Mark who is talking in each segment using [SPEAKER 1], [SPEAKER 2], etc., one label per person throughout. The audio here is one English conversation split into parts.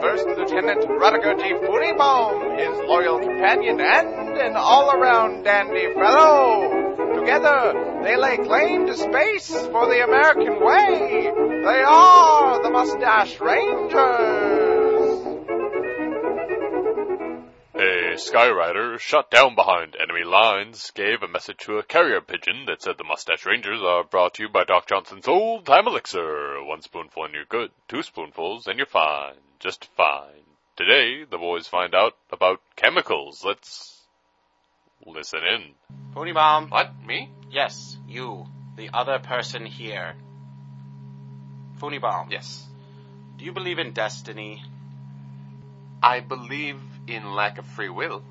[SPEAKER 1] First Lieutenant Rutger G. Furibaum, his loyal companion and an all-around dandy fellow. Together, they lay claim to space for the American way. They are the Mustache Rangers.
[SPEAKER 2] A skyrider shot down behind enemy lines gave a message to a carrier pigeon that said the Mustache Rangers are brought to you by Doc Johnson's Old Time Elixir. One spoonful and you're good, two spoonfuls and you're fine, just fine. Today, the boys find out about chemicals. Let's listen in.
[SPEAKER 3] Pony Mom.
[SPEAKER 2] What? Me?
[SPEAKER 3] Yes, you, the other person here. Phony Bomb,
[SPEAKER 4] Yes.
[SPEAKER 3] do you believe in destiny?
[SPEAKER 4] I believe in lack of free will.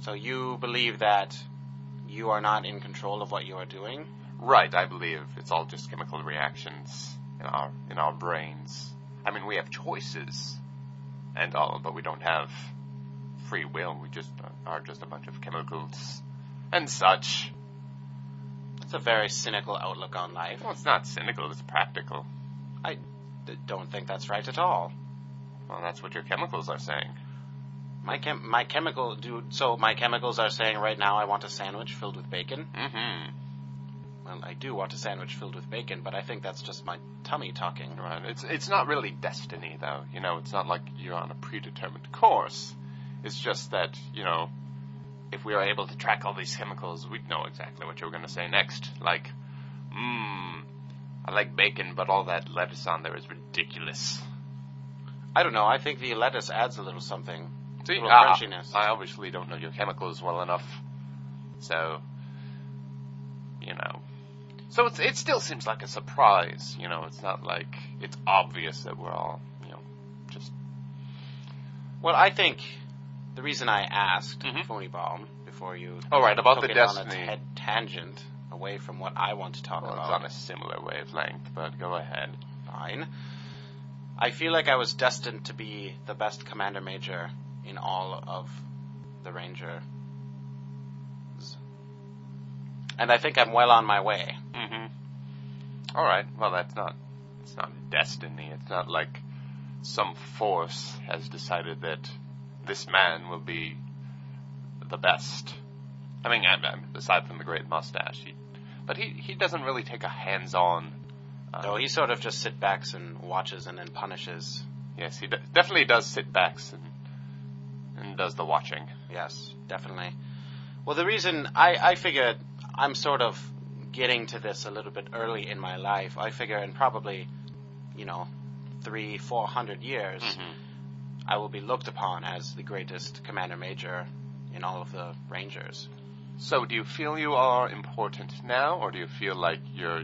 [SPEAKER 3] So you believe that you are not in control of what you are doing?
[SPEAKER 4] Right, I believe it's all just chemical reactions in our in our brains. I mean, we have choices and all, but we don't have free will. We just are just a bunch of chemicals and such.
[SPEAKER 3] That's a very cynical outlook on life.
[SPEAKER 4] Well, it's not cynical; it's practical.
[SPEAKER 3] I d- don't think that's right at all.
[SPEAKER 4] Well, that's what your chemicals are saying.
[SPEAKER 3] My chem- my chemical dude. So my chemicals are saying right now I want a sandwich filled with bacon.
[SPEAKER 4] Mm-hmm.
[SPEAKER 3] Well, I do want a sandwich filled with bacon, but I think that's just my tummy talking.
[SPEAKER 4] Right. It's it's not really destiny, though. You know, it's not like you're on a predetermined course. It's just that you know, if we were able to track all these chemicals, we'd know exactly what you were going to say next. Like, mmm, I like bacon, but all that lettuce on there is ridiculous.
[SPEAKER 3] I don't know. I think the lettuce adds a little something.
[SPEAKER 4] See,
[SPEAKER 3] Little
[SPEAKER 4] ah,
[SPEAKER 3] crunchiness.
[SPEAKER 4] I obviously don't know your chemicals well enough, so you know. So it's it still seems like a surprise, you know. It's not like it's obvious that we're all, you know, just
[SPEAKER 3] Well, I think the reason I asked
[SPEAKER 4] Mhm.
[SPEAKER 3] Phony Bomb before you
[SPEAKER 4] All right, about
[SPEAKER 3] took
[SPEAKER 4] the
[SPEAKER 3] it on
[SPEAKER 4] destiny.
[SPEAKER 3] a ta- tangent away from what I want to talk
[SPEAKER 4] Well, it's
[SPEAKER 3] about.
[SPEAKER 4] on a similar wavelength, but go ahead.
[SPEAKER 3] Fine. I feel like I was destined to be the best commander major in all of the Ranger. And I think I'm well on my way.
[SPEAKER 4] Mm-hmm. All right. Well, that's not. It's not destiny. It's not like some force has decided that this man will be the best. I mean, I'm, I'm, aside from the great mustache, he, but he he doesn't really take a hands-on. Uh,
[SPEAKER 3] Though he sort of just sit backs and watches and then punishes.
[SPEAKER 4] yes, he d- definitely does sit backs and and does the watching.
[SPEAKER 3] Yes, definitely. Well, the reason I, I figured I'm sort of getting to this a little bit early in my life, I figure in probably, you know, three, four hundred years,
[SPEAKER 4] Mm-hmm.
[SPEAKER 3] I will be looked upon as the greatest commander major in all of the Rangers.
[SPEAKER 4] So, do you feel you are important now, or do you feel like you're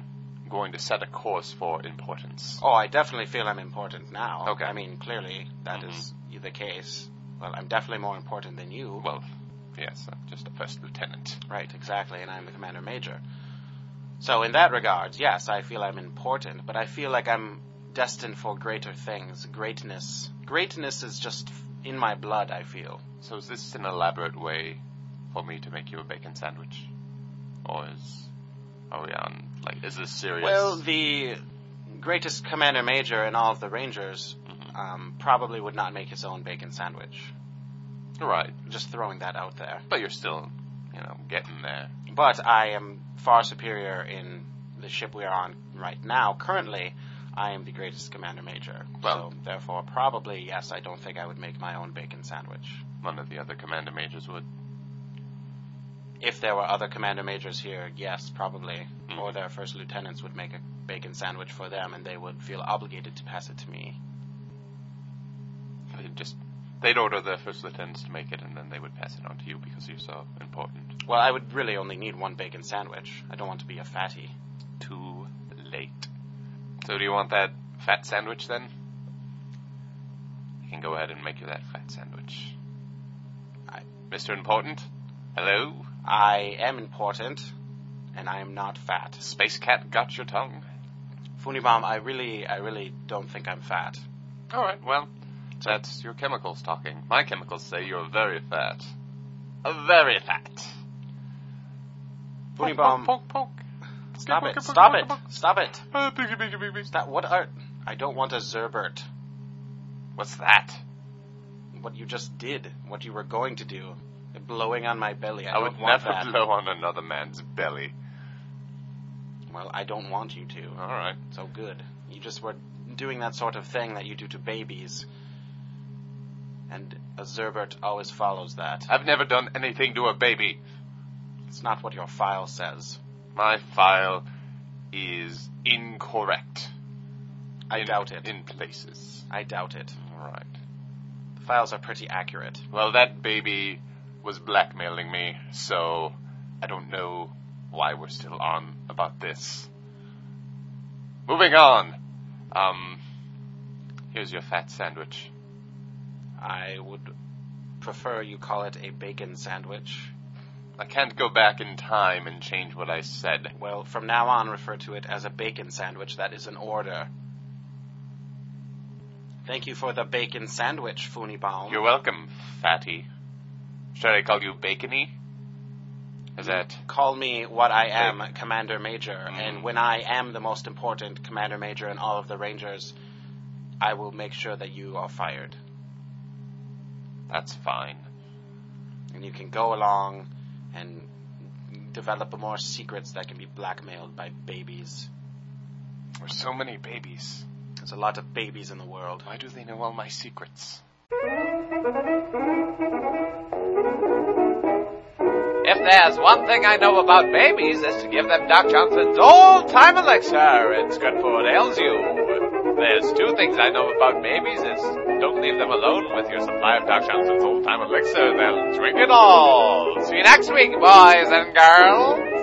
[SPEAKER 4] going to set a course for importance?
[SPEAKER 3] Oh, I definitely feel I'm important now.
[SPEAKER 4] Okay.
[SPEAKER 3] I mean, clearly that is the case. Well, I'm definitely more important than you.
[SPEAKER 4] Well, yes, I'm just a first lieutenant.
[SPEAKER 3] Right, exactly, and I'm the commander major. So in that regard, yes, I feel I'm important, but I feel like I'm destined for greater things, greatness. Greatness is just f- in my blood, I feel.
[SPEAKER 4] So is this an elaborate way for me to make you a bacon sandwich? Or is are we on like is this serious?
[SPEAKER 3] Well, the greatest commander major in all of the Rangers um, probably would not make his own bacon sandwich.
[SPEAKER 4] right.
[SPEAKER 3] Just throwing that out there.
[SPEAKER 4] But you're still, you know, getting there.
[SPEAKER 3] But I am far superior in the ship we are on right now. Currently, I am the greatest commander major.
[SPEAKER 4] Well-
[SPEAKER 3] so, therefore, probably, yes, I don't think I would make my own bacon sandwich.
[SPEAKER 4] None of the other commander majors would.
[SPEAKER 3] If there were other commander majors here, yes, probably.
[SPEAKER 4] Mm.
[SPEAKER 3] Or their first lieutenants would make a bacon sandwich for them and they would feel obligated to pass it to me.
[SPEAKER 4] They'd just they'd order their first lieutenants to make it and then they would pass it on to you because you're so important.
[SPEAKER 3] Well, I would really only need one bacon sandwich. I don't want to be a fatty.
[SPEAKER 4] Too late. So do you want that fat sandwich then? I can go ahead and make you that fat sandwich. Mr. Important? Hello?
[SPEAKER 3] I am important, and I am not fat.
[SPEAKER 4] Space Cat got your tongue?
[SPEAKER 3] Funibom, I really, I really don't think I'm fat.
[SPEAKER 4] Alright, well, that's your chemicals talking. My chemicals say you're very fat. Uh, Very fat.
[SPEAKER 3] Funny bomb.
[SPEAKER 4] Poke, poke, poke.
[SPEAKER 3] Stop
[SPEAKER 4] Poke,
[SPEAKER 3] it!
[SPEAKER 4] poke,
[SPEAKER 3] Stop
[SPEAKER 4] poke,
[SPEAKER 3] it!
[SPEAKER 4] poke.
[SPEAKER 3] Stop it!
[SPEAKER 4] Uh, piggy, piggy, piggy.
[SPEAKER 3] Stop! What are? I don't want a Zerbert.
[SPEAKER 4] What's that?
[SPEAKER 3] What you just did, what you were going to do, blowing on my belly. I,
[SPEAKER 4] I
[SPEAKER 3] don't
[SPEAKER 4] would
[SPEAKER 3] want
[SPEAKER 4] never
[SPEAKER 3] that.
[SPEAKER 4] blow on another man's belly.
[SPEAKER 3] Well, I don't want you to.
[SPEAKER 4] Alright.
[SPEAKER 3] So good. You just were doing that sort of thing that you do to babies. And a Zerbert always follows that.
[SPEAKER 4] I've never done anything to a baby.
[SPEAKER 3] It's not what your file says.
[SPEAKER 4] My file is incorrect.
[SPEAKER 3] I
[SPEAKER 4] in,
[SPEAKER 3] doubt it.
[SPEAKER 4] In places.
[SPEAKER 3] I doubt it.
[SPEAKER 4] Alright.
[SPEAKER 3] The files are pretty accurate.
[SPEAKER 4] Well, that baby was blackmailing me, so I don't know why we're still on about this. Moving on. Um, here's your fat sandwich.
[SPEAKER 3] I would prefer you call it a bacon sandwich.
[SPEAKER 4] I can't go back in time and change what I said.
[SPEAKER 3] Well, from now on, refer to it as a bacon sandwich. That is an order. Thank you for the bacon sandwich, Funibaum.
[SPEAKER 4] You're welcome, fatty. Should I call you bacony? Is that
[SPEAKER 3] Call me what I am, Commander Major, and
[SPEAKER 4] Mm.
[SPEAKER 3] when I am the most important Commander Major in all of the Rangers, I will make sure that you are fired.
[SPEAKER 4] that's fine.
[SPEAKER 3] And you can go along and develop more secrets that can be blackmailed by babies.
[SPEAKER 4] We're so many babies.
[SPEAKER 3] There's a lot of babies in the world.
[SPEAKER 4] Why do they know all my secrets?
[SPEAKER 1] If there's one thing I know about babies, it's to give them Doc Johnson's old time elixir. It's good for what ails you. There's two things I know about babies is don't leave them alone with your supply of Doc Johnson's old time elixir. They'll drink it all. See you next week, boys and girls.